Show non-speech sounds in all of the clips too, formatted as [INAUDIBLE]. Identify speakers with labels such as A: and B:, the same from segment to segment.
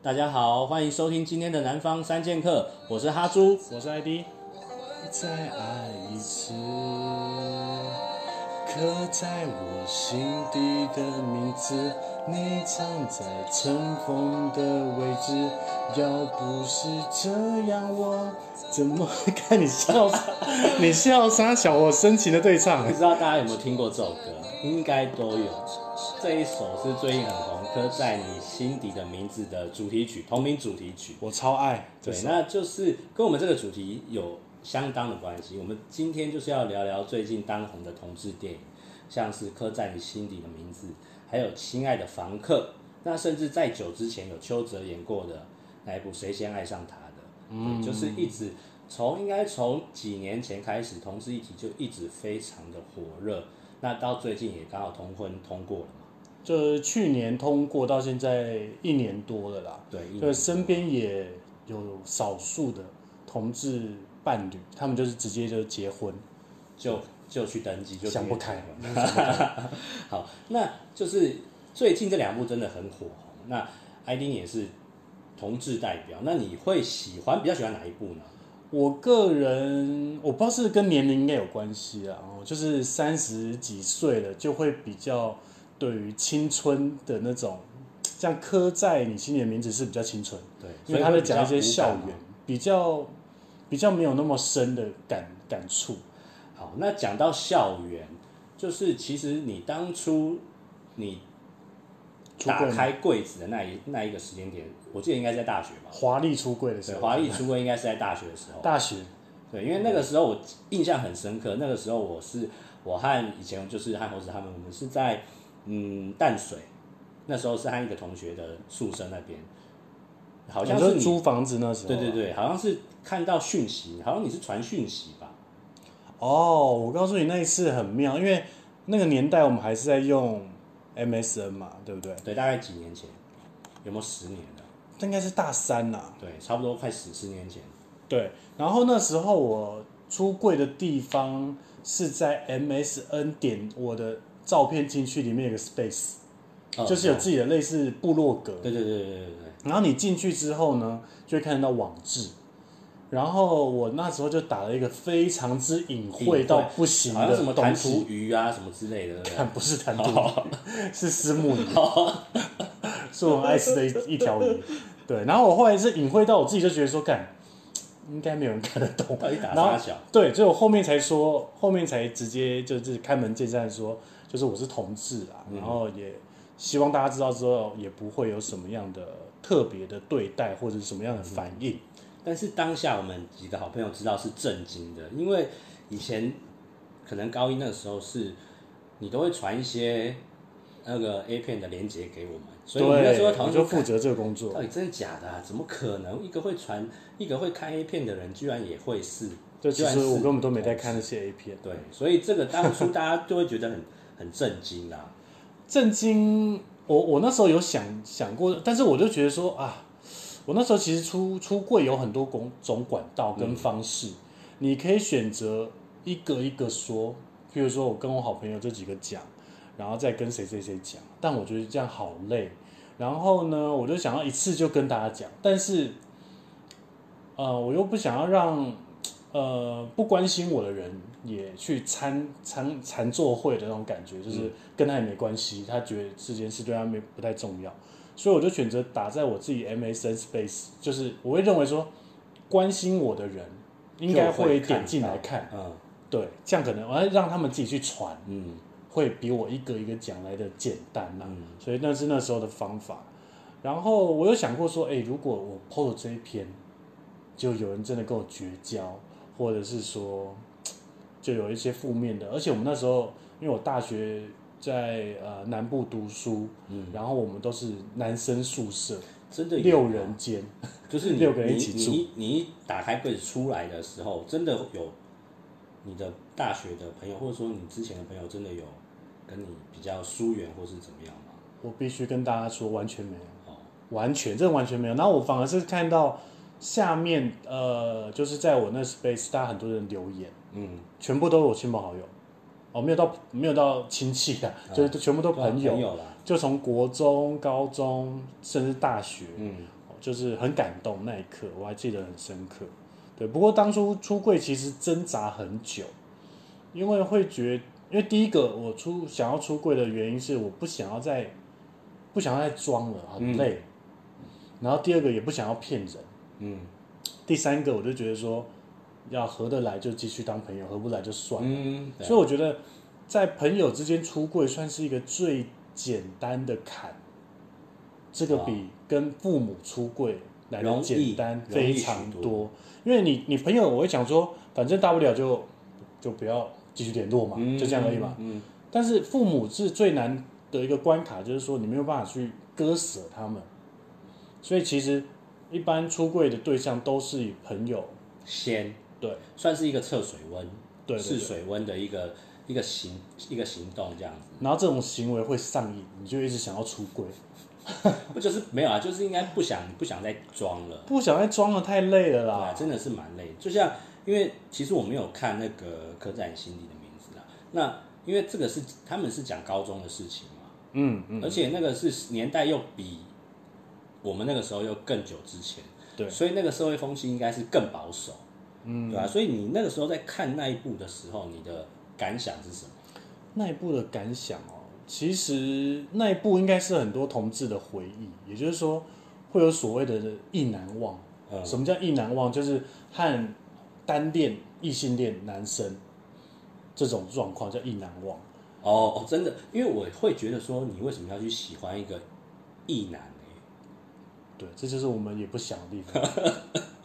A: 大家好，欢迎收听今天的南方三剑客，我是哈猪。
B: 我是 ID。再爱一次，刻在我心底的名字，你藏在尘封的位置。要不是这样，我怎么看你 [LAUGHS] 笑啥？你笑啥小？我深情的对唱
A: 不。知道大家有没有听过这首歌？应该都有。这一首是最近很红，《刻在你心底的名字》的主题曲，同名主题曲。
B: 我超爱这
A: 对，
B: 首，
A: 那就是跟我们这个主题有相当的关系。我们今天就是要聊聊最近当红的同志电影，像是《刻在你心底的名字》，还有《亲爱的房客》。那甚至在久之前有邱泽演过的那一部《谁先爱上他》的，嗯，就是一直从应该从几年前开始，同志议题就一直非常的火热。那到最近也刚好同婚通过了嘛，
B: 就是去年通过到现在一年多了啦。
A: 对，一
B: 对，
A: 年
B: 身边也有少数的同志伴侣，他们就是直接就结婚，
A: 就就去登记，就
B: 想不开
A: 去结婚 [LAUGHS] 好，那就是最近这两部真的很火红。那艾丁也是同志代表，那你会喜欢比较喜欢哪一部呢？
B: 我个人我不知道是不是跟年龄应该有关系啦，哦，就是三十几岁了，就会比较对于青春的那种，像刻在你心里的名字是比较青春，
A: 对，
B: 因为他在讲一些校园，比较比较没有那么深的感感触。
A: 好，那讲到校园，就是其实你当初你
B: 出柜
A: 打
B: 吗
A: 开柜子的那一那一个时间点，我记得应该在大学吧？
B: 华丽出柜的时
A: 对，
B: 候，
A: 华裔出柜应该是在大学的时候。
B: 大学
A: 对，因为那个时候我印象很深刻，那个时候我是我和以前就是和猴子他们，我们是在嗯淡水，那时候是和一个同学的宿舍那边，好像
B: 你
A: 是
B: 说
A: 你
B: 租房子那时候
A: 对
B: 啊，
A: 对对，好像是看到讯息，好像你是传讯息吧？
B: 哦，我告诉你那一次很妙，因为那个年代我们还是在用 MSN 嘛，对不对？
A: 对，大概几年前，有没有十年了？
B: 那应该是大三啦、
A: 对，差不多快十十年前。
B: 对，然后那时候我出柜的地方是在 MSN 点我的照片进去，里面有个 space，、
A: 哦
B: 就是有自己的类似部落格。
A: 对对对对对对对，
B: 然后你进去之后呢，就会看到网志。然后我那时候就打了一个非常之隐
A: 隐晦
B: 晦到不行
A: 好像什么
B: 的
A: 弹
B: 东西
A: 涂，鱼啊什么之类的，对不对？哦
B: 看 [LAUGHS] 不是弹涂
A: [LAUGHS]
B: 鱼，是石木鱼，是我很爱吃的一一
A: [LAUGHS]
B: 条鱼。对，然后我后来是隐晦到我自己就觉得说，干，应该没有人看得懂。
A: 到底打
B: 然后
A: 啥小？
B: 对，所以我后面才说，后面才直接就是开门见山说，就是我是同志啊，
A: 嗯
B: 然后也希望大家知道之后，也不会有什么样的特别的对待或者是什么样的反应。
A: 但是当下我们几个好朋友知道是震惊的，因为以前可能高一那个时候是，你都会传一些那个 A 片的链接给我们，所以我们那时候
B: 对，
A: 讨
B: 我
A: 论
B: 就
A: 说
B: 负责这个工作
A: 到。底真的假的、啊？怎么可能一个会传、一个会看 A 片的人，居然也会是？
B: 对，
A: 居
B: 其
A: 然
B: 实
A: 是
B: 我根本都没在看那些 A 片。
A: 对，所以这个当初大家就会觉得很很震惊啊啦。
B: 震惊，我我那时候有想想过，但是我就觉得说啊，我那时候其实出出柜有很多种种管道跟方式，你可以选择一个一个说，譬如说我跟我好朋友这几个讲，然后再跟谁谁谁讲，但我觉得这样好累。然后呢，我就想要一次就跟大家讲，但是，呃，我又不想要让呃不关心我的人也去参参参座会的那种感觉，就是跟他也没关系，他觉得这件事对他没不太重要，所以我就选择打在我自己 MSN space，就是我会认为说关心我的人应该会点进来看，
A: 嗯
B: 对，这样可能我要让他们自己去传，
A: 嗯，
B: 会比我一个一个讲来的简单啦、
A: 嗯
B: 所以那是那时候的方法。然后我有想过说，哎、如果我 PO 了这一篇，就有人真的跟我绝交，或者是说，就有一些负面的。而且我们那时候，因为我大学在呃南部读书，嗯，然后我们都是男生宿舍，
A: 真的有
B: 六人间，
A: 就是你
B: 六个人一起
A: 你
B: 住
A: 你你一打开柜子出来的时候，真的有你的大学的朋友，或者说你之前的朋友，真的有跟你比较疏远，或是怎么样吗？
B: 我必须跟大家说，完全没有。
A: 哦，
B: 完全，这完全没有。然后我反而是看到下面，呃，就是在我那 space，大家很多人留言，
A: 嗯，
B: 全部都是我亲朋好友，哦，没有到没有到亲戚啊，就是全部都朋友，
A: 朋友啦，
B: 就从国中、高中，甚至大学，
A: 嗯，
B: 哦就是很感动那一刻，我还记得很深刻。对，不过当初出柜其实挣扎很久，因为会觉因为第一个我出想要出柜的原因是我不想要再不想要再装了，很累。然后第二个也不想要骗人，
A: 嗯
B: 第三个我就觉得说要合得来就继续当朋友，合不来就算了。
A: 嗯，对
B: 所以我觉得，在朋友之间出柜算是一个最简单的坎，这个
A: 哦
B: 比跟父母出柜来的
A: 容易
B: 简单
A: 容易
B: 非
A: 许
B: 常
A: 多
B: 多。因为你你朋友，我会讲说，反正大不了就就不要继续联络嘛，
A: 嗯
B: 就这样而已嘛。
A: 嗯，
B: 但是父母是最难的一个关卡，就是说你没有办法去割舍他们，所以其实一般出柜的对象都是以朋友，
A: 先
B: 对
A: 算是一个测水温，
B: 对对
A: 试
B: 对
A: 水温的一个一个行一个行动这样子。
B: 然后这种行为会上瘾，你就一直想要出柜。
A: 我就是没有啊，就是应该不想不想再装了，
B: 不想再装了，太累
A: 对
B: 了啦。
A: 啊，真的是蛮累。就像因为其实我没有看那个《刻在你心底的名字》啦，那因为这个是他们是讲高中的事情嘛，
B: 嗯嗯，
A: 而且那个是年代又比我们那个时候又更久之前，
B: 对
A: 所以那个社会风气应该是更保守，嗯，对啊，所以你那个时候在看那一部的时候，你的感想是什么？
B: 那一部的感想哦，其实那一部应该是很多同志的回忆，也就是说会有所谓的意难忘。
A: 嗯
B: 什么叫意难忘？就是和单恋、异性恋男生这种状况叫意难忘。
A: 哦，哦真的，因为我会觉得说，你为什么要去喜欢一个异男呢？
B: 对，这就是我们也不想的地
A: [LAUGHS]
B: 方。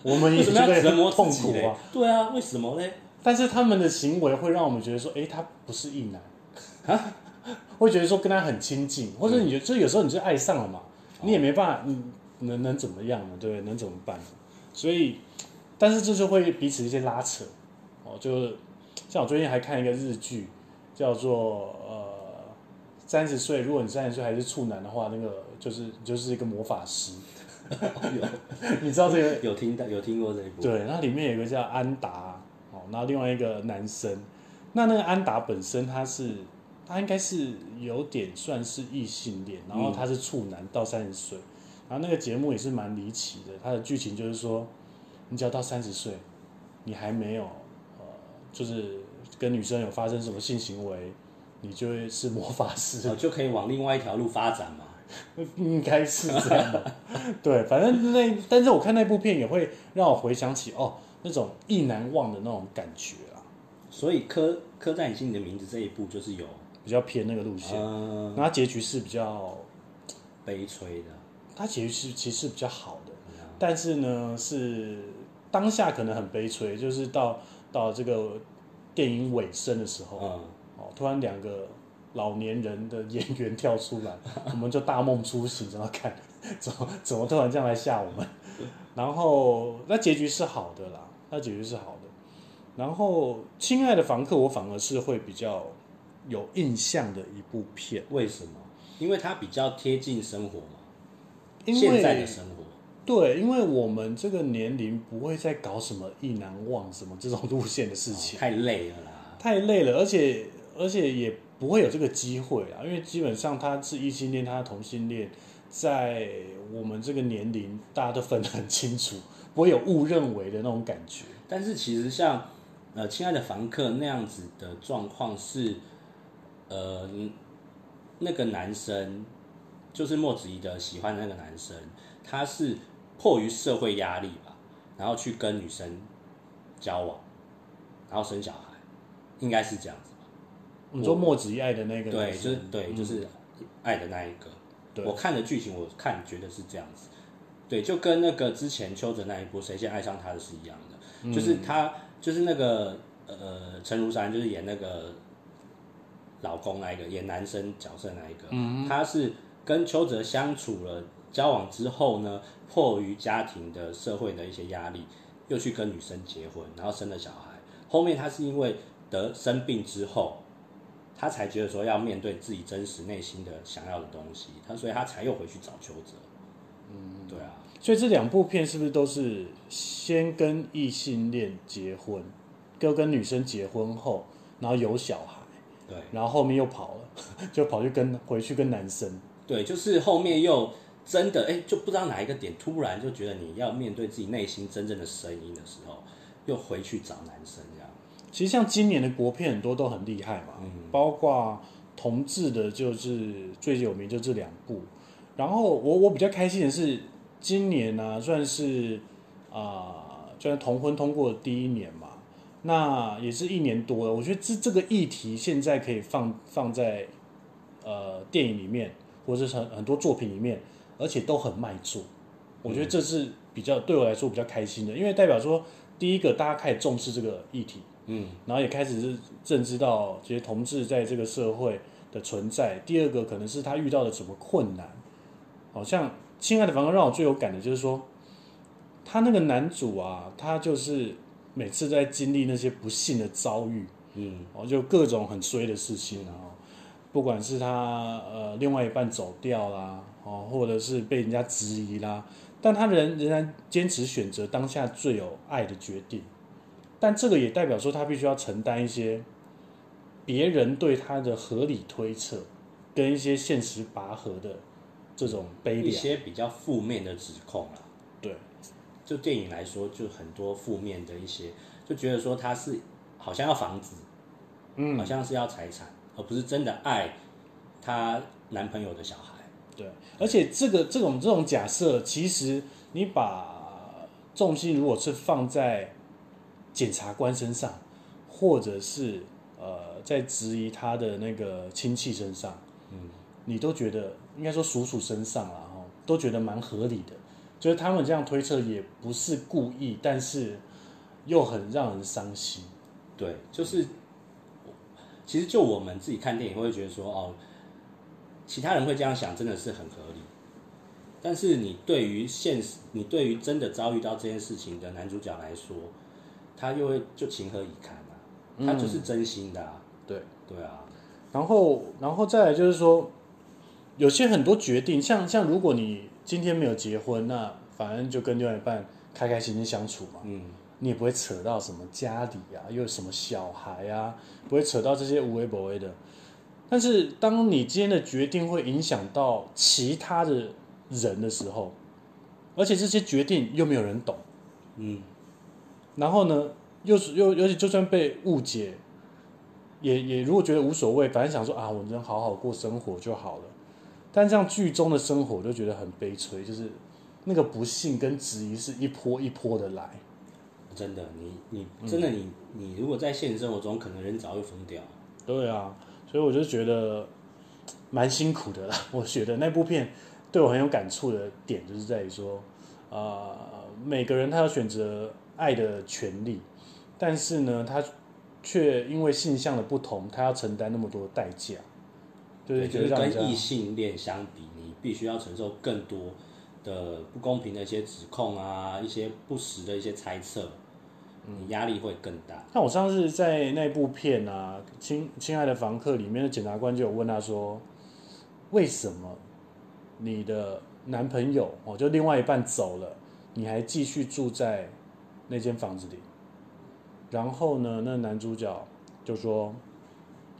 B: 我们
A: 为
B: 也
A: 什
B: 觉
A: 么要
B: 得
A: 折磨
B: 很痛
A: 自己
B: 苦
A: 嘞
B: 啊，？
A: 对啊，为什么嘞？
B: 但是他们的行为会让我们觉得说，诶，他不是异男， [LAUGHS] 会觉得说跟他很亲近，或者你就就有时候你就爱上了嘛，你也没办法，你能能怎么样呢？对不对？能怎么办呢？所以，但是这就会彼此一些拉扯，哦，就像我最近还看一个日剧，叫做呃三十岁，如果你三十岁还是处男的话，那个就是你就是一个魔法师， [LAUGHS]
A: 哦
B: 你知道这个
A: 有有听到有听过这一部？
B: 对，那里面有一个叫安达哦，然后另外一个男生，那那个安达本身他是他应该是有点算是异性
A: 嗯
B: 恋，然后他是处男到三十岁，然后那个节目也是蛮离奇的，它的剧情就是说，你只要到三十岁，你还没有呃，就是跟女生有发生什么性行为，你就会是魔法师。
A: 哦，就可以往另外一条路发展嘛。
B: [LAUGHS] 应该是这样吧。 [LAUGHS] 对，反正那，但是我看那部片也会让我回想起哦，那种意难忘的那种感觉啊，
A: 所以刻刻在你心里的名字这一部就是有
B: 比较偏那个路线。
A: 嗯
B: 然后它结局是比较，
A: 悲催的，
B: 它结局是其实是比较好的，
A: 嗯
B: 但是呢是当下可能很悲催，就是到到这个电影尾声的时候，
A: 嗯，
B: 哦，突然两个老年人的演员跳出来， [LAUGHS] 我们就大梦初醒，然后看 [LAUGHS] 怎么怎么突然这样来吓我们。 [LAUGHS] 然后那结局是好的啦，那结局是好的。然后《亲爱的房客》，我反而是会比较有印象的一部片，
A: 为什么？因为它比较贴近生活嘛，
B: 因为
A: 现在的生活。
B: 对，因为我们这个年龄不会再搞什么意难忘什么这种路线的事
A: 哦
B: 情。
A: 太累了啦。
B: 太累了，而且而且也不会有这个机会啊，因为基本上他是异性恋，他是同性恋，在我们这个年龄，大家都分得很清楚，不会有误认为的那种感觉。
A: 但是其实像呃，亲爱的房客那样子的状况是，呃，那个男生就是莫子仪的喜欢的那个男生，他是迫于社会压力吧，然后去跟女生交往，然后生小孩，应该是这样子吧。
B: 你说莫子一爱的那个
A: 对，
B: 男
A: 就
B: 生嗯
A: 是对，就是爱的那一个。
B: 对
A: 我看的剧情，我看觉得是这样子。对，就跟那个之前邱泽那一部《谁先爱上他的》是一样的，
B: 嗯
A: 就是他就是那个呃陈如山，就是演那个老公那一个，演男生角色那一个，
B: 嗯
A: 他是跟邱泽相处了交往之后呢，迫于家庭的社会的一些压力，又去跟女生结婚，然后生了小孩。后面他是因为得生病之后，他才觉得说要面对自己真实内心的想要的东西，他所以他才又回去找邱泽。嗯，对啊，
B: 所以这两部片是不是都是先跟异性恋结婚，又跟女生结婚后，然后有小孩，
A: 对
B: [LAUGHS] 然后后面又跑了，就跑去跟回去跟男生。
A: 对，就是后面又真的哎、就不知道哪一个点，突然就觉得你要面对自己内心真正的声音的时候，又回去找男生这样。
B: 其实像今年的国片很多都很厉害嘛，包括同志的，就是最有名就这两部。然后我我比较开心的是，今年呢、算是啊、算是同婚通过的第一年嘛，那也是一年多了。我觉得这这个议题现在可以放放在呃电影里面，或者是很很多作品里面，而且都很卖座。我觉得这是比较对我来说比较开心的，因为代表说，第一个大家开始重视这个议题，
A: 嗯，
B: 然后也开始是认知到这些同志在这个社会的存在。第二个可能是他遇到了什么困难，好像《亲爱的房客》让我最有感的就是说，他那个男主啊，他就是每次在经历那些不幸的遭遇，
A: 嗯，
B: 哦，就各种很衰的事情啊，然后不管是他呃另外一半走掉啦，哦，或者是被人家质疑啦，但他仍仍然坚持选择当下最有爱的决定，但这个也代表说他必须要承担一些别人对他的合理推测跟一些现实拔河的这种悲
A: 一
B: 凉，
A: 些比较负面的指控啦。
B: 对，
A: 就电影来说，就很多负面的一些，就觉得说他是好像要房子，
B: 嗯，
A: 好像是要财产，而不是真的爱她男朋友的小孩。
B: 对，而且这个这种这种假设，其实你把重心如果是放在检察官身上，或者是呃在质疑他的那个亲戚身上，嗯，你都觉得应该说叔叔身上啦，哦，都觉得蛮合理的，就是他们这样推测也不是故意，但是又很让人伤心。
A: 对，就是其实就我们自己看电影会觉得说，哦，其他人会这样想，真的是很合理。但是你对于现实，你对于真的遭遇到这件事情的男主角来说，他又会就情何以堪啊？他就是真心的啊，
B: 对。
A: 对啊，
B: 然后，然后再来就是说，有些很多决定，像像如果你今天没有结婚，那反正就跟另外一半开开心心相处嘛，
A: 嗯，
B: 你也不会扯到什么家里啊，又有什么小孩啊，不会扯到这些无微不微的。但是，当你今天的决定会影响到其他的人的时候，而且这些决定又没有人懂，
A: 嗯，
B: 然后呢，又是又而且就算被误解，也也如果觉得无所谓，反正想说啊，我能好好过生活就好了。但这样剧中的生活，我就觉得很悲催，就是那个不幸跟质疑是一波一波的来。
A: 真的，你你真的你你如果在现实生活中，可能人早就疯掉了。
B: 对啊，所以我就觉得蛮辛苦的啦。 [LAUGHS] 我觉得那部片对我很有感触的点，就是在于说，呃，每个人他有选择爱的权利，但是呢，他却因为性向的不同，他要承担那么多代价。对，
A: 就
B: 觉得
A: 是
B: 让人家
A: 跟异性恋相比，你必须要承受更多的不公平的一些指控啊，一些不实的一些猜测，你压力会更大。
B: 那我上次在那部片啊，《亲亲爱的房客》里面的检察官就有问他说，为什么你的男朋友哦，就另外一半走了，你还继续住在那间房子里？然后呢，那男主角就说，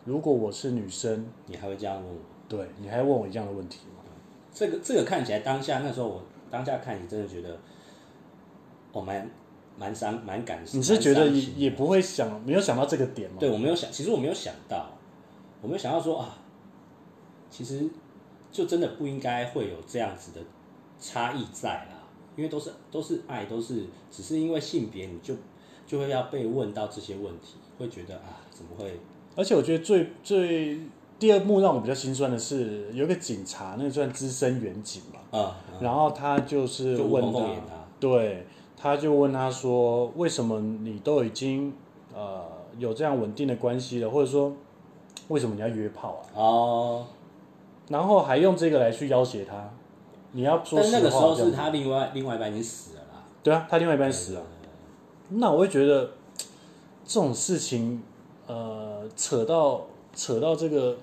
B: 如果我是女生，
A: 你还会这样问我？
B: 对你还问我一样的问题吗？
A: 这个这个看起来当下那时候我当下看你真的觉得，我蛮蛮伤蛮感
B: 你是觉得
A: 蛮伤
B: 也
A: 心的
B: 也不会想没有想到这个点吗？
A: 对我没有想，其实我没有想到，我没有想到说啊，其实就真的不应该会有这样子的差异在啦，因为都是都是爱，都是只是因为性别，你就就会要被问到这些问题，会觉得啊，怎么会？
B: 而且我觉得最最第二幕让我比较心酸的是，有一个警察，那个算资深远警嘛，
A: 啊、
B: 然后他就是
A: 就无
B: 问
A: 缝
B: 他
A: 凤眼啊，
B: 对，他就问他说，为什么你都已经呃有这样稳定的关系了，或者说为什么你要约炮啊？
A: 哦，
B: 然后还用这个来去要挟他，你要说
A: 但
B: 实话
A: 那个时候
B: 这
A: 是
B: 样
A: 他另外另外一半已经死了啦，
B: 对啊，他另外一半死了。那我会觉得这种事情，呃，扯到扯到这个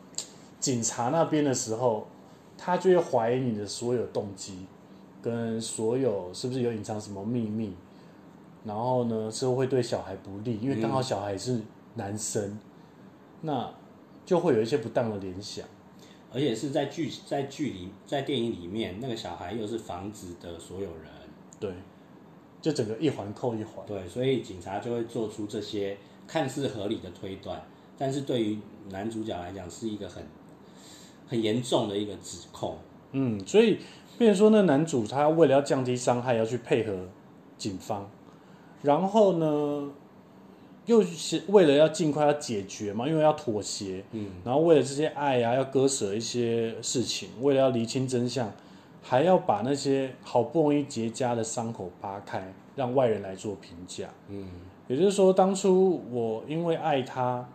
B: 警察那边的时候，他就会怀疑你的所有动机，跟所有是不是有隐藏什么秘密，然后呢是会对小孩不利，因为刚好小孩是男生，那就会有一些不当的联想。
A: 而且是在剧在剧里在电影里面，那个小孩又是房子的所有人，
B: 对，就整个一环扣一环。
A: 对，所以警察就会做出这些看似合理的推断，但是对于男主角来讲是一个很很严重的一个指控。
B: 嗯，所以变成说那男主他为了要降低伤害，要去配合警方，然后呢，又是为了要尽快要解决嘛，因为要妥协，
A: 嗯，
B: 然后为了这些爱啊，要割舍一些事情，为了要厘清真相，还要把那些好不容易结痂的伤口扒开，让外人来做评价。
A: 嗯，
B: 也就是说，当初我因为爱他，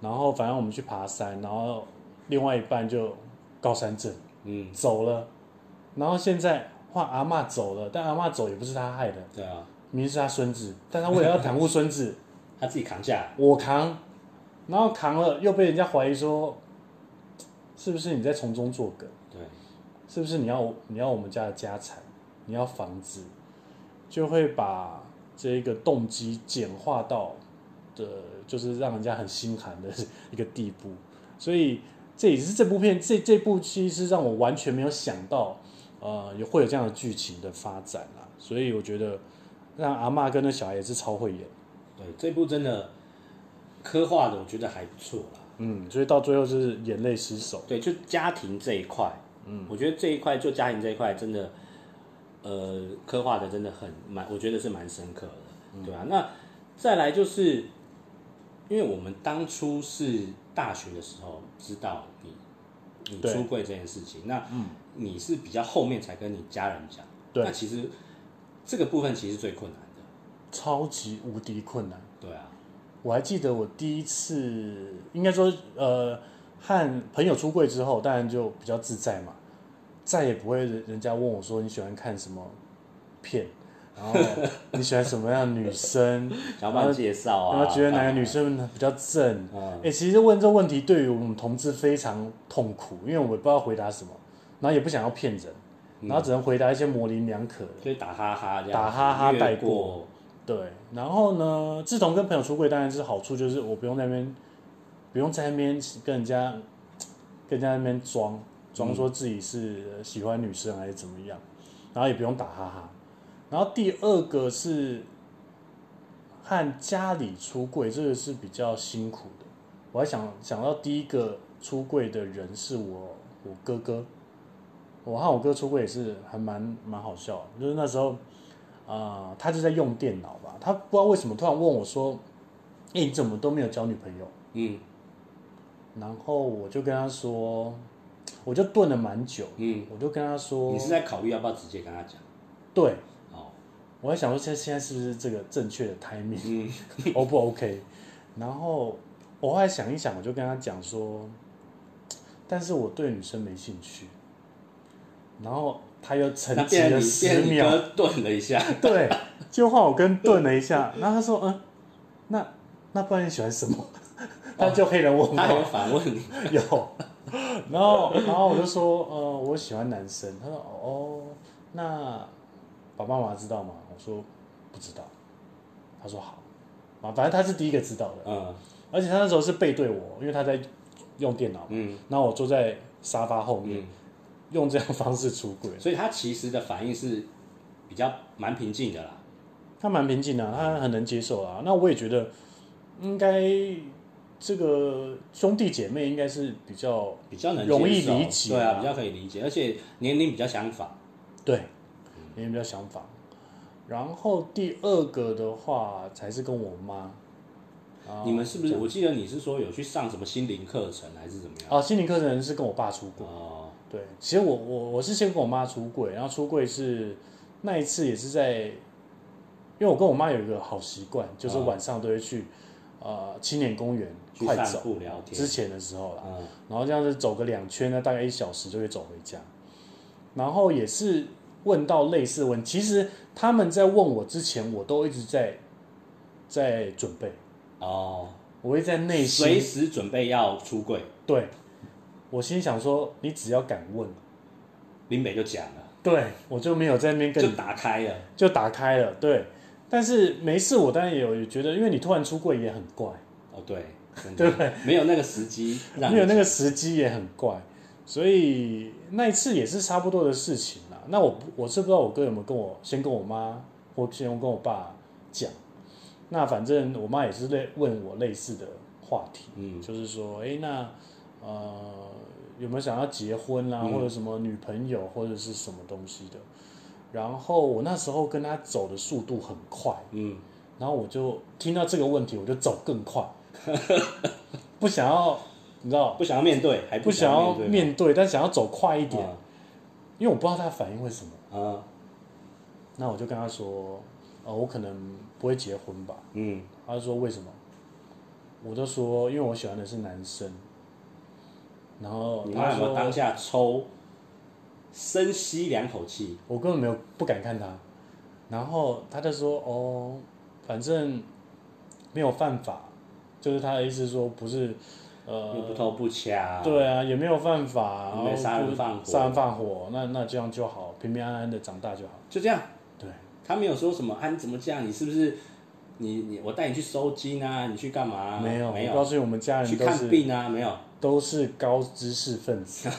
B: 然后反正我们去爬山，然后另外一半就高山症。
A: 嗯，
B: 走了，然后现在换阿嬷走了，但阿嬷走也不是他害的，
A: 对啊，
B: 明明是他孙子，但他为了要袒护孙子， [LAUGHS]
A: 他自己扛下来。
B: 我扛，然后扛了又被人家怀疑说，是不是你在从中作梗？
A: 对，
B: 是不是你要你要我们家的家产，你要房子，就会把这个动机简化到的，就是让人家很心寒的一个地步。所以这也是这部片这这部戏是让我完全没有想到，呃，也会有这样的剧情的发展啦。所以我觉得让阿嬷跟那小孩也是超会演，啊
A: 对，这部真的刻画的我觉得还不错啦。
B: 嗯，所以到最后就是眼泪失手，
A: 对，就家庭这一块，嗯，我觉得这一块就家庭这一块真的，呃，刻画的真的很蛮，我觉得是蛮深刻
B: 嗯
A: 的，对啊。那再来就是，因为我们当初是大学的时候知道你你
B: 对嗯
A: 出柜这件事情，那你是比较后面才跟你家人讲，
B: 对
A: 那其实这个部分其实最困难的，
B: 超级无敌困难。
A: 对啊，
B: 我还记得我第一次，应该说，呃，和朋友出柜之后，当然就比较自在嘛，再也不会人人家问我说你喜欢看什么片，然后你喜欢什么样的女生，
A: 想要帮你介 [LAUGHS] 绍啊，
B: 然后觉得哪个
A: 干嘛
B: 女生比较正。
A: 嗯
B: 哎、其实问这问题对于我们同志非常痛苦，因为我们不知道回答什么，然后也不想要骗人，然后只能回答一些模棱两可的。
A: 就是打哈哈这样子，
B: 打哈哈
A: 略
B: 带
A: 过，
B: 对，然后呢，志同跟朋友出柜，当然是好处就是我不用在那边，不用在那边跟人家，跟人家那边装装说自己是呃喜欢女生还是怎么样，然后也不用打哈哈。然后第二个是和家里出柜，这个是比较辛苦的。我还想想到第一个出柜的人是我我哥哥，我和我哥出柜也是还蛮蛮好笑的，就是那时候。啊、他就在用电脑吧，他不知道为什么突然问我说：“哎、你怎么都没有交女朋友
A: 嗯？”
B: 然后我就跟他说，我就顿了蛮久，
A: 嗯，
B: 我就跟他说
A: 你，是在考虑要不要直接跟他讲？
B: 对，
A: 哦，
B: 我在想说现现在是不是这个正确的 timing，
A: 嗯
B: O 不 OK？然后我后来想一想，我就跟他讲说，但是我对女生没兴趣。然后他又沉
A: 那
B: 寂
A: 变成
B: 了
A: 你
B: 十
A: 变成你
B: 秒，
A: 哥顿了一下，
B: [LAUGHS] 对，就换我跟顿了一下，然后他说，嗯，那那不然你喜欢什么？
A: 哦
B: 他就黑人问
A: 他有
B: 我
A: 反问
B: [LAUGHS]
A: 你，
B: 有，然后然后我就说，呃，我喜欢男生。他说，哦，那爸爸妈妈知道吗？我说不知道。他说好，啊，反正他是第一个知道的，
A: 嗯
B: 而且他那时候是背对我，因为他在用电脑，
A: 嗯
B: 然后我坐在沙发后面，
A: 嗯，
B: 用这样的方式出轨。
A: 所以他其实的反应是比较蛮平静的啦，
B: 他蛮平静的啊，他很能接受啊。那我也觉得，应该这个兄弟姐妹应该是比较
A: 比较能
B: 容易
A: 接受
B: 理解
A: 对
B: 啊
A: 啊，比较可以理解，而且年龄比较相仿，
B: 对，也比较想法。然后第二个的话，才是跟我妈。啊
A: 你们是不是？我记得你是说有去上什么心灵课程还是怎么样？
B: 啊，心理课程是跟我爸出轨。
A: 哦，
B: 对，其实我我我是先跟我妈出柜，然后出柜是那一次也是在，因为我跟我妈有一个好习惯，就是
A: 啊
B: 晚上都会去、呃青年公园
A: 去
B: 快
A: 散
B: 走
A: 步聊天
B: 之前的时候啦，
A: 嗯
B: 然后这样子走个两圈，那大概一小时就会走回家。然后也是问到类似的问题，其实他们在问我之前，我都一直在在准备，
A: 哦，
B: 我会在内
A: 随
B: 心
A: 时准备要出柜，
B: 对，我心里想说，你只要敢问，
A: 林北就讲了，
B: 对我就没有在那边跟你
A: 就打开了，
B: 就打开了，对。但是没事，我当然也有也觉得，因为你突然出柜也很怪，
A: 哦对，真的
B: [LAUGHS] 对不对？
A: 没有那个时机让你
B: 没有那个时机也很怪，所以那一次也是差不多的事情啦。那我不我是不知道我哥有没有跟我先跟我妈或先跟我爸讲。那反正我妈也是类问我类似的话题，
A: 嗯
B: 就是说，哎、那呃有没有想要结婚啦、
A: 嗯
B: 或者什么女朋友或者是什么东西的？然后我那时候跟她走的速度很快，
A: 嗯，
B: 然后我就听到这个问题，我就走
A: [LAUGHS]
B: 更快，不想要你知道，
A: 不想要面对，还
B: 不想要
A: 要面
B: 面对，但想要走快一
A: 对
B: 点，
A: 吧
B: 因为我不知道她的反应会什么。
A: 啊啊
B: 那我就跟她说，呃，我可能不会结婚吧。
A: 嗯
B: 他就说为什么？我就说因为我喜欢的是男生。然后
A: 你妈
B: 哦他
A: 有没有当
B: 说
A: 下抽，深吸两口气？
B: 我根本没有不敢看他。然后他就说哦，反正没有犯法，就是他的意思说不是
A: 又不
B: 呃。
A: 偷不抢，
B: 对啊，也没有犯法，
A: 没
B: 然后
A: 杀人
B: 不
A: 放火
B: 杀人放火，那那这样就好，平平安安的长大就好。
A: 就这样。
B: 对，
A: 他没有说什么啊，你怎么这样？你是不是你你我带你去收金啊？你去干嘛、
B: 没有，
A: 没
B: 我
A: 有
B: 告诉你，我们家人
A: 去
B: 都
A: 看
B: 是
A: 病啊？没有，
B: 都是高知识分子，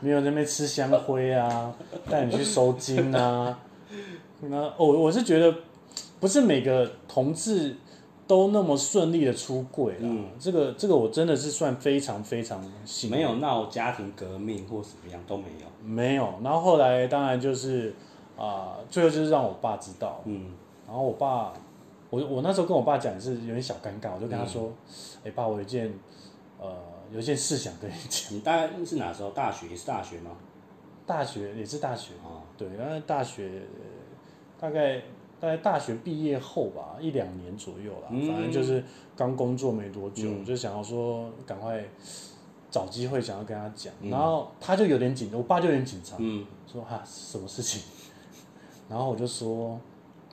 B: 没有在那边吃香灰
A: [LAUGHS]
B: 啊，带你去收金啊。那哦，我是觉得不是每个同志都那么顺利的出柜啦。
A: 嗯
B: 这个这个我真的是算非常非常幸运，
A: 没有闹家庭革命或怎么样都没有。
B: 没有。然后后来当然就是啊、最后就是让我爸知道，
A: 嗯
B: 然后我爸，我我那时候跟我爸讲是有点小尴尬，我就跟他
A: 嗯
B: 说：“哎、爸，我有一件呃有一件事想跟你讲。” [LAUGHS]
A: 你大概是哪时候？大学是大学吗？
B: 大学也是大学，
A: 哦，
B: 对，然后大学呃大概大概大学毕业后吧，一两年左右啦，
A: 嗯
B: 反正就是刚工作没多久，
A: 嗯
B: 就想要说赶快找机会想要跟他讲，
A: 嗯
B: 然后他就有点紧，我爸就有点紧张，
A: 嗯
B: 说啊什么事情， [LAUGHS] 然后我就说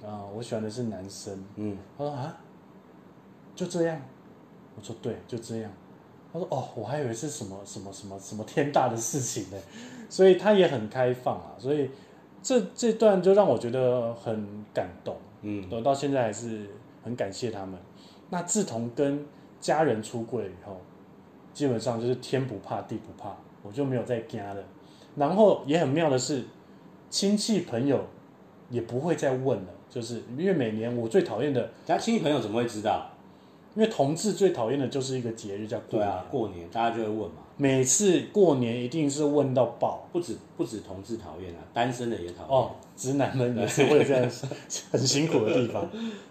B: 啊、我喜欢的是男生，
A: 嗯，
B: 他说啊，就这样。我说对，就这样。他说哦，我还以为是什么什么什么什么天大的事情呢，所以他也很开放啊，所以这这段就让我觉得很感动，
A: 嗯
B: 我到现在还是很感谢他们。那自从跟家人出柜以后，基本上就是天不怕地不怕，我就没有再惊了。然后也很妙的是，亲戚朋友也不会再问了，就是因为每年我最讨厌的
A: 他亲戚朋友怎么会知道？
B: 因为同志最讨厌的就是一个节日叫
A: 对
B: 过年，
A: 啊，过年大家就会问嘛。
B: 每次过年一定是问到爆
A: 不止不止同志讨厌啊，单身的也讨厌。
B: 哦，直男们也是会有这样很辛苦的地方。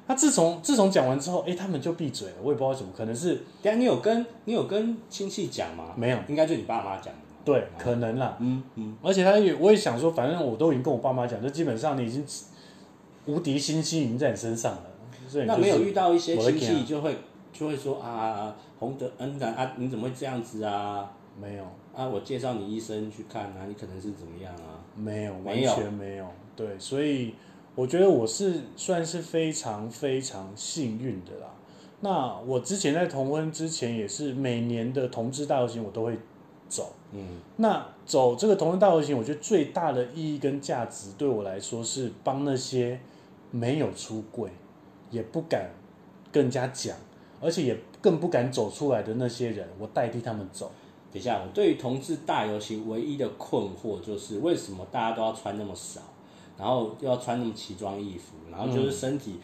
B: 那自从自从讲完之后，哎、他们就闭嘴了，我也不知道为什么，可能是
A: 等一下你有跟你有跟亲戚讲吗？
B: 没有，
A: 应该就你爸妈讲的嘛。
B: 对，可能啦。
A: 嗯嗯，
B: 而且他也我也想说，反正我都已经跟我爸妈讲，就基本上你已经无敌心机已经在你身上了，所以你
A: 那
B: 就是
A: 没有遇到一些亲
B: 不会
A: 戚就会就会说啊，洪德恩的啊，你怎么会这样子啊？
B: 没有
A: 啊，我介绍你医生去看啊，你可能是怎么样啊？
B: 没有，完
A: 没有
B: 全没有。对，所以我觉得我是算是非常非常幸运的啦。那我之前在同婚之前也是每年的同志大游行我都会走。
A: 嗯
B: 那走这个同志大游行，我觉得最大的意义跟价值对我来说是帮那些没有出柜，也不敢跟人家讲，而且也更不敢走出来的那些人，我代替他们走。
A: 等一下，我对于同志大游行唯一的困惑就是，为什么大家都要穿那么少，然后又要穿那么奇装异服，然后就是身体，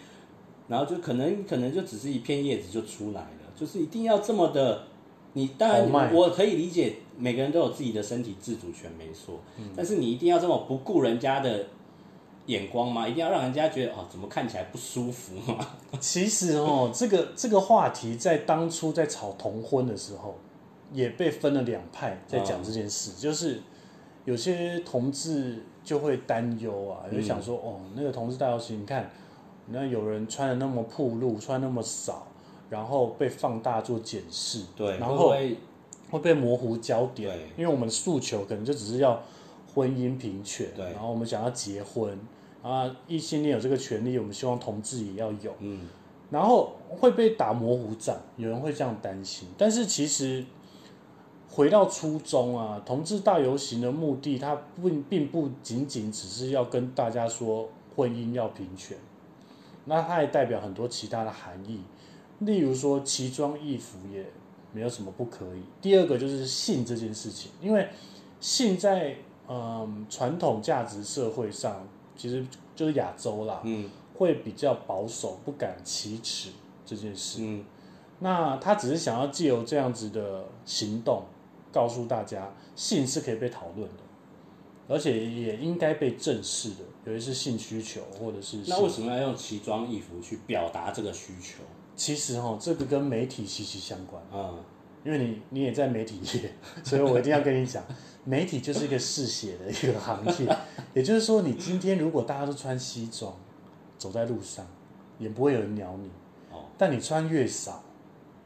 A: 然后就可能可能就只是一片叶子就出来了，就是一定要这么的。你当然
B: 豪迈
A: 我，我可以理解每个人都有自己的身体自主权，没错。但是你一定要这么不顾人家的眼光吗？一定要让人家觉得哦，怎么看起来不舒服吗？
B: 其实哦，这个这个话题在当初在炒同婚的时候，也被分了两派在讲这件
A: 啊
B: 事，就是有些同志就会担忧啊，
A: 嗯
B: 就想说、哦，那个同志大游行，你看那有人穿的那么暴露，穿那么少，然后被放大做检视，
A: 对，
B: 嗯然
A: 会
B: 后
A: 不会
B: 会被模糊焦点
A: 对，
B: 因为我们的诉求可能就只是要婚姻平权，
A: 对
B: 然后我们想要结婚啊，异性恋有这个权利，我们希望同志也要有。
A: 嗯
B: 然后会被打模糊仗，有人会这样担心。但是其实回到初衷啊，同志大游行的目的，它并并不仅仅只是要跟大家说婚姻要平权，那它也代表很多其他的含义，例如说奇装异服也没有什么不可以。第二个就是性这件事情，因为性在嗯传统价值社会上，其实就是亚洲啦，
A: 嗯
B: 会比较保守，不敢启齿这件事。
A: 嗯
B: 那他只是想要借由这样子的行动，告诉大家性是可以被讨论的，而且也应该被正视的，尤其是性需求或者是性
A: 那为什么要用奇装异服去表达这个需求？
B: 其实哈，这个跟媒体息息相关，
A: 嗯，
B: 因为你你也在媒体业， [LAUGHS] 所以我一定要跟你讲，媒体就是一个嗜血的一个行
A: [LAUGHS]
B: 业，也就是说，你今天如果大家都穿西装，走在路上，也不会有人鸟你，
A: 哦
B: 但你穿越少，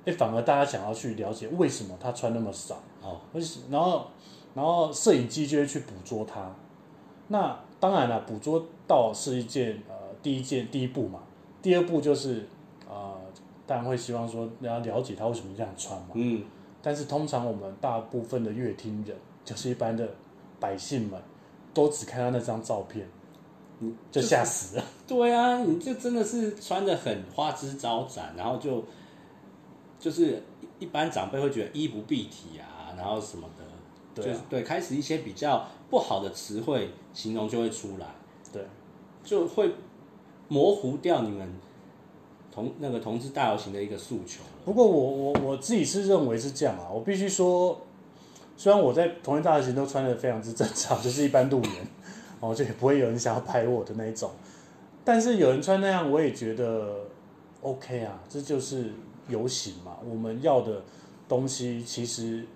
B: 哎，反而大家想要去了解为什么他穿那么少。
A: 哦，
B: 而且然后然后摄影机就会去捕捉它。那当然了，捕捉到是一件呃第一件第一步嘛，第二步就是呃，当然会希望说要了解他为什么这样穿嘛。
A: 嗯
B: 但是通常我们大部分的乐听人，就是一般的百姓们，都只看到那张照片
A: 嗯，
B: 就吓死了。
A: 对啊，你这真的是穿的很花枝招展，然后就就是一般长辈会觉得衣不蔽体啊，然后什么的，
B: 对啊
A: 就是对，开始一些比较不好的词汇形容就会出来，
B: 对，啊
A: 就会模糊掉你们同那个同志大游行的一个诉求了。
B: 不过我我我自己是认为是这样啊，我必须说，虽然我在同一大学都穿的非常之正常， [LAUGHS] 就是一般路人，哦，就也不会有人想要拍我的那一种，但是有人穿那样，我也觉得 OK 啊，这就是游行嘛，我们要的东西其实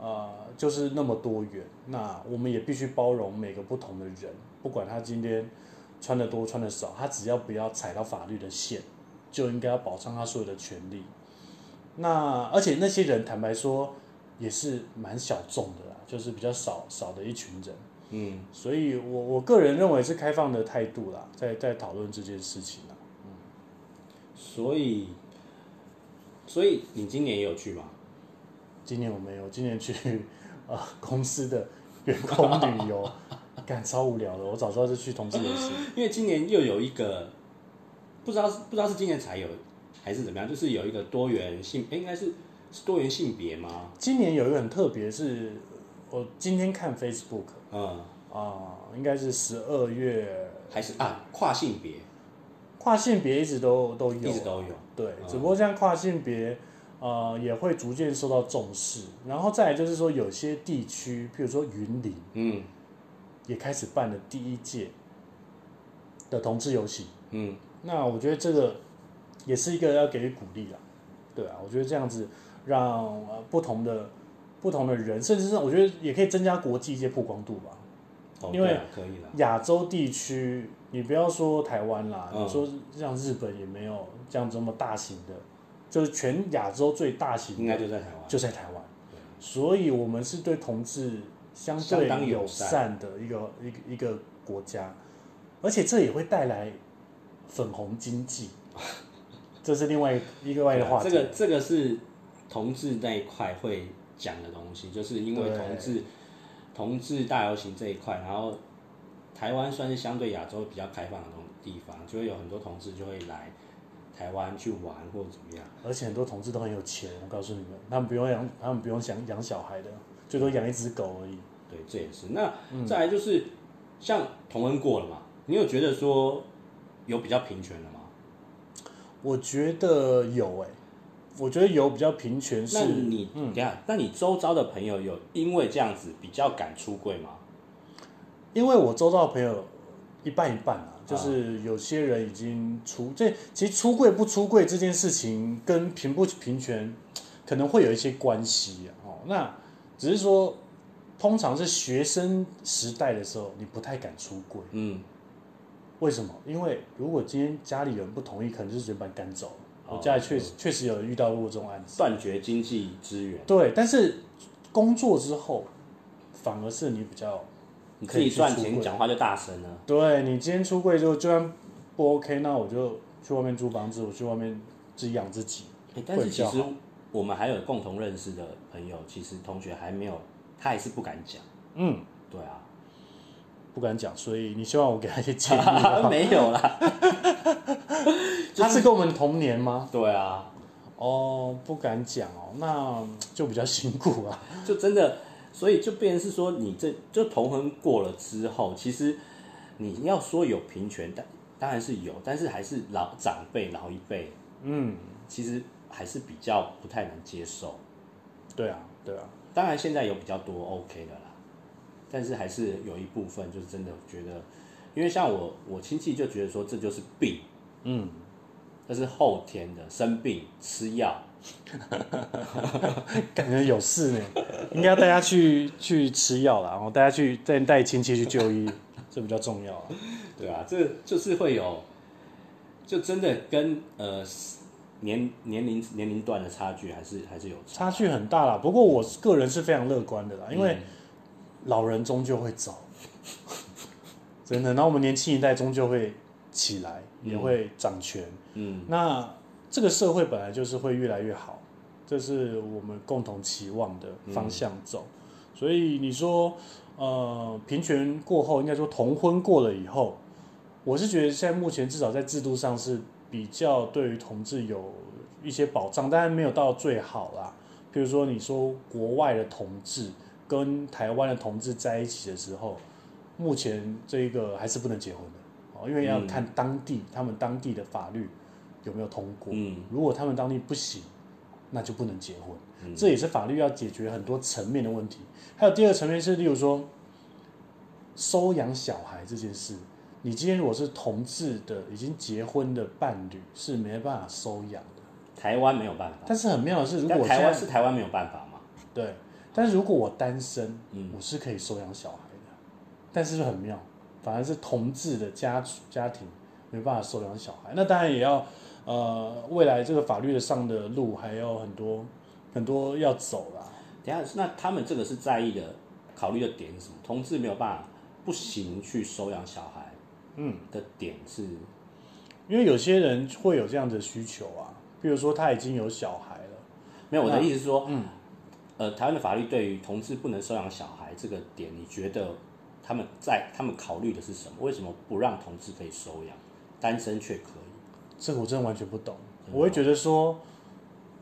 B: 呃就是那么多元，那我们也必须包容每个不同的人，不管他今天穿的多穿的少，他只要不要踩到法律的线，就应该要保障他所有的权利。那而且那些人坦白说也是蛮小众的啦，就是比较少少的一群人，
A: 嗯，
B: 所以我我个人认为是开放的态度啦，在在讨论这件事情啊。
A: 所以所以你今年也有去吗？
B: 今年我没有，今年去呃公司的员工旅游，干超无聊的，我早知道就去同事游戏。
A: 因为今年又有一个，不知道是不知道是今年才有还是怎么样，就是有一个多元性，诶应该是是多元性别吗？
B: 今年有一个很特别是，我今天看 Facebook
A: 嗯，
B: 啊、应该是十二月
A: 还是啊跨性别
B: 跨性别一直都都有
A: 一
B: 啊，
A: 直都有，
B: 对
A: 嗯，
B: 只不过这样跨性别，呃，也会逐渐受到重视。然后再来就是说，有些地区，譬如说云林，
A: 嗯
B: 也开始办了第一届的同志游行。
A: 嗯，
B: 那我觉得这个也是一个要给予鼓励啦，对啊，我觉得这样子让呃不同的不同的人，甚至是我觉得也可以增加国际一些曝光度吧。
A: 哦，
B: 因为
A: 对啊可以了，
B: 亚洲地区，你不要说台湾啦，
A: 嗯
B: 你说像日本也没有这样这么大型的，就是全亚洲最大型
A: 应该
B: 的
A: 就在台湾，
B: 就在台湾，所以我们是对同志相
A: 相
B: 对
A: 当友
B: 友善的一个一个一个国家，而且这也会带来粉红
A: [LAUGHS]
B: 经济，这是另外一个另外一个
A: 对啊
B: 话题。
A: 这个这个是同志那一块会讲的东西，就是因为
B: 对
A: 同志同志大游行这一块，然后台湾算是相对亚洲比较开放的东地方，就会有很多同志就会来台湾去玩或者怎么样。
B: 而且很多同志都很有钱，我告诉你们，他们不用养，他们不用想养小孩的，最多养一只狗而已。
A: 对，这也是。那
B: 嗯
A: 再来就是、像同恩过了嘛，你有觉得说有比较平权了吗？
B: 我觉得有诶、我觉得有比较平权嗯
A: 那
B: 是
A: 你、等一下，那你周遭的朋友有因为这样子比较敢出柜吗？
B: 因为我周遭的朋友一半一半啊，就是有些人已经出这，其实出柜不出柜这件事情跟平不平权可能会有一些关系啊哦。那只是说，通常是学生时代的时候，你不太敢出柜，
A: 嗯，
B: 为什么？因为如果今天家里有人不同意，可能就是直接把你赶走了。我
A: 哦
B: 家里确
A: 嗯
B: 实确实有人遇到过这种案子。
A: 断绝经济资源，
B: 对，但是工作之后，反而是你比较
A: 你自
B: 可以
A: 己
B: 去
A: 赚
B: 出
A: 钱
B: 柜
A: 讲话就大声了。
B: 对你今天出柜就就算不 OK，那我就去外面租房子，我去外面自己养自己。
A: 诶但是
B: 会比
A: 其
B: 较
A: 实我们还有共同认识的朋友，其实同学还没有，他也是不敢讲。
B: 嗯，
A: 对啊， [LAUGHS]
B: 不敢讲，所以你希望我给他一些
A: [LAUGHS]
B: 建议吗
A: 没有啦。
B: 他是跟我们同年吗？
A: 对啊，
B: 哦，不敢讲哦，那就比较辛苦啊。
A: 就真的，所以就变成是说，你这就同衡过了之后，其实你要说有平权，但当然是有，但是还是老长辈老一辈，
B: 嗯，
A: 其实还是比较不太能接受。
B: 对啊，对啊， [LAUGHS]
A: 当然现在有比较多 OK 的啦，但是还是有一部分就是真的觉得，因为像我我亲戚就觉得说这就是病，
B: 嗯，
A: 这是后天的生病吃药，
B: 感觉有事呢，应该要带他去去吃药啦，然后带他去再带亲戚去就医，这比较重要啊。
A: 对啊，这就是会有，就真的跟呃年年龄年龄段的差距还是还是有差。
B: 差距很大啦，不过我个人是非常乐观的啦，因为老人终究会走， [LAUGHS] 真的。那我们年轻一代终究会起来，也会掌权。
A: 嗯，
B: 那这个社会本来就是会越来越好，这是我们共同期望的方向走。所以你说，呃，平权过后，应该说同婚过了以后，我是觉得现在目前至少在制度上是比较对于同志有一些保障，当然没有到最好啦。比如说你说国外的同志跟台湾的同志在一起的时候，目前这个还是不能结婚的哦，因为要看当地、他们当地的法律有没有通过。
A: 嗯
B: 如果他们当地不行，那就不能结婚。
A: 嗯
B: 这也是法律要解决很多层面的问题。还有第二个层面是，例如说收养小孩这件事，你今天如果是同志的已经结婚的伴侣是没办法收养的。
A: 台湾没有办法，
B: 但是很妙的是，如果
A: 但
B: 我
A: 台湾
B: 现
A: 是台湾没有办法嘛？
B: 在对，但是如果我单身，
A: 嗯
B: 我是可以收养小孩的。但是很妙，反而是同志的家族家庭没办法收养小孩。那当然也要呃，未来这个法律上的路还有很多很多要走啦。
A: 等一下，那他们这个是在意的考虑的点是什么？同志没有办法不行去收养小孩，
B: 嗯，
A: 的点是，
B: 因为有些人会有这样的需求啊，比如说他已经有小孩了，
A: 没有我的
B: 那
A: 意思是说，
B: 嗯，
A: 呃，台湾的法律对于同志不能收养小孩这个点，你觉得他们在他们考虑的是什么？为什么不让同志可以收养，单身却可以？
B: 这个我真的完全不懂。
A: 嗯
B: 我会觉得说，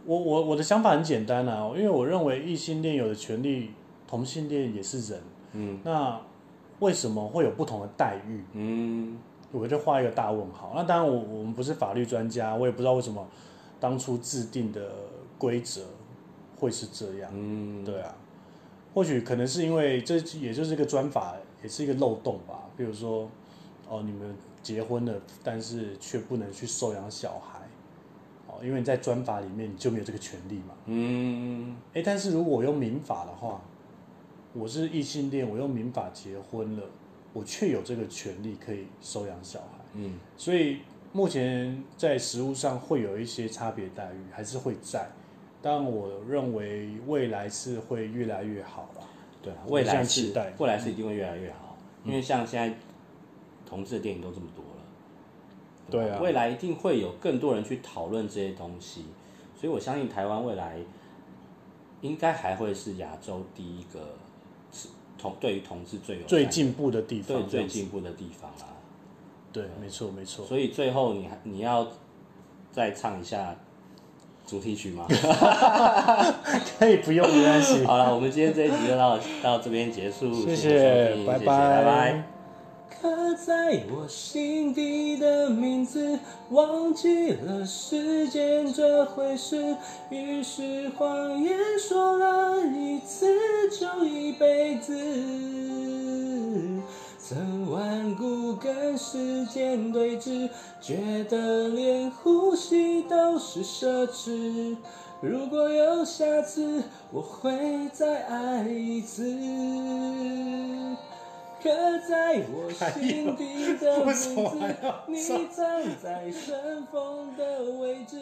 B: 我我我的想法很简单啊，因为我认为异性恋有的权利，同性恋也是人，
A: 嗯
B: 那为什么会有不同的待遇？
A: 嗯
B: 我就画一个大问号。那当然我，我们不是法律专家，我也不知道为什么当初制定的规则会是这样。
A: 嗯，
B: 对啊，或许可能是因为这也就是一个专法，也是一个漏洞吧。比如说，哦，你们结婚了，但是却不能去收养小孩，哦，因为你在专法里面你就没有这个权利嘛。
A: 嗯
B: 诶，但是如果我用民法的话，我是异性恋，我用民法结婚了，我却有这个权利可以收养小孩。
A: 嗯
B: 所以目前在实物上会有一些差别待遇，还是会在，但我认为未来是会越来越好啦。
A: 对啊，未来
B: 向
A: 是
B: 期待
A: 未来是一定会越来越好，因为像现在同志的电影都这么多了，
B: 对啊
A: 未来一定会有更多人去讨论这些东西，所以我相信台湾未来应该还会是亚洲第一个是同对于同志最有
B: 最进步的地
A: 对
B: 方，
A: 最进步的地方啦、
B: 对，没错没错。 [LAUGHS]
A: 所以最后你还你要再唱一下主题
B: [LAUGHS]
A: 曲吗？
B: 可以不用没关系，
A: 好了，我们今天这一集就到到这边结束，[LAUGHS]
B: 谢
A: 谢收听，
B: 拜
A: 谢谢拜拜
B: 拜。
A: 刻在我心底的名字，忘记了时间这回事，于是谎言说了一次就一辈子。曾顽固跟时间对峙，觉得连呼吸都是奢侈。如果有下次，我会再爱一次。刻在我心底的名字
B: 哎为什么还要，
A: 你站在尘封的位置。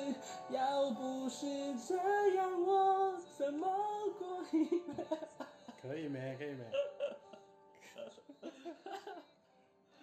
A: 要不是这样，我怎么过一辈子？
B: 可以没？可以没？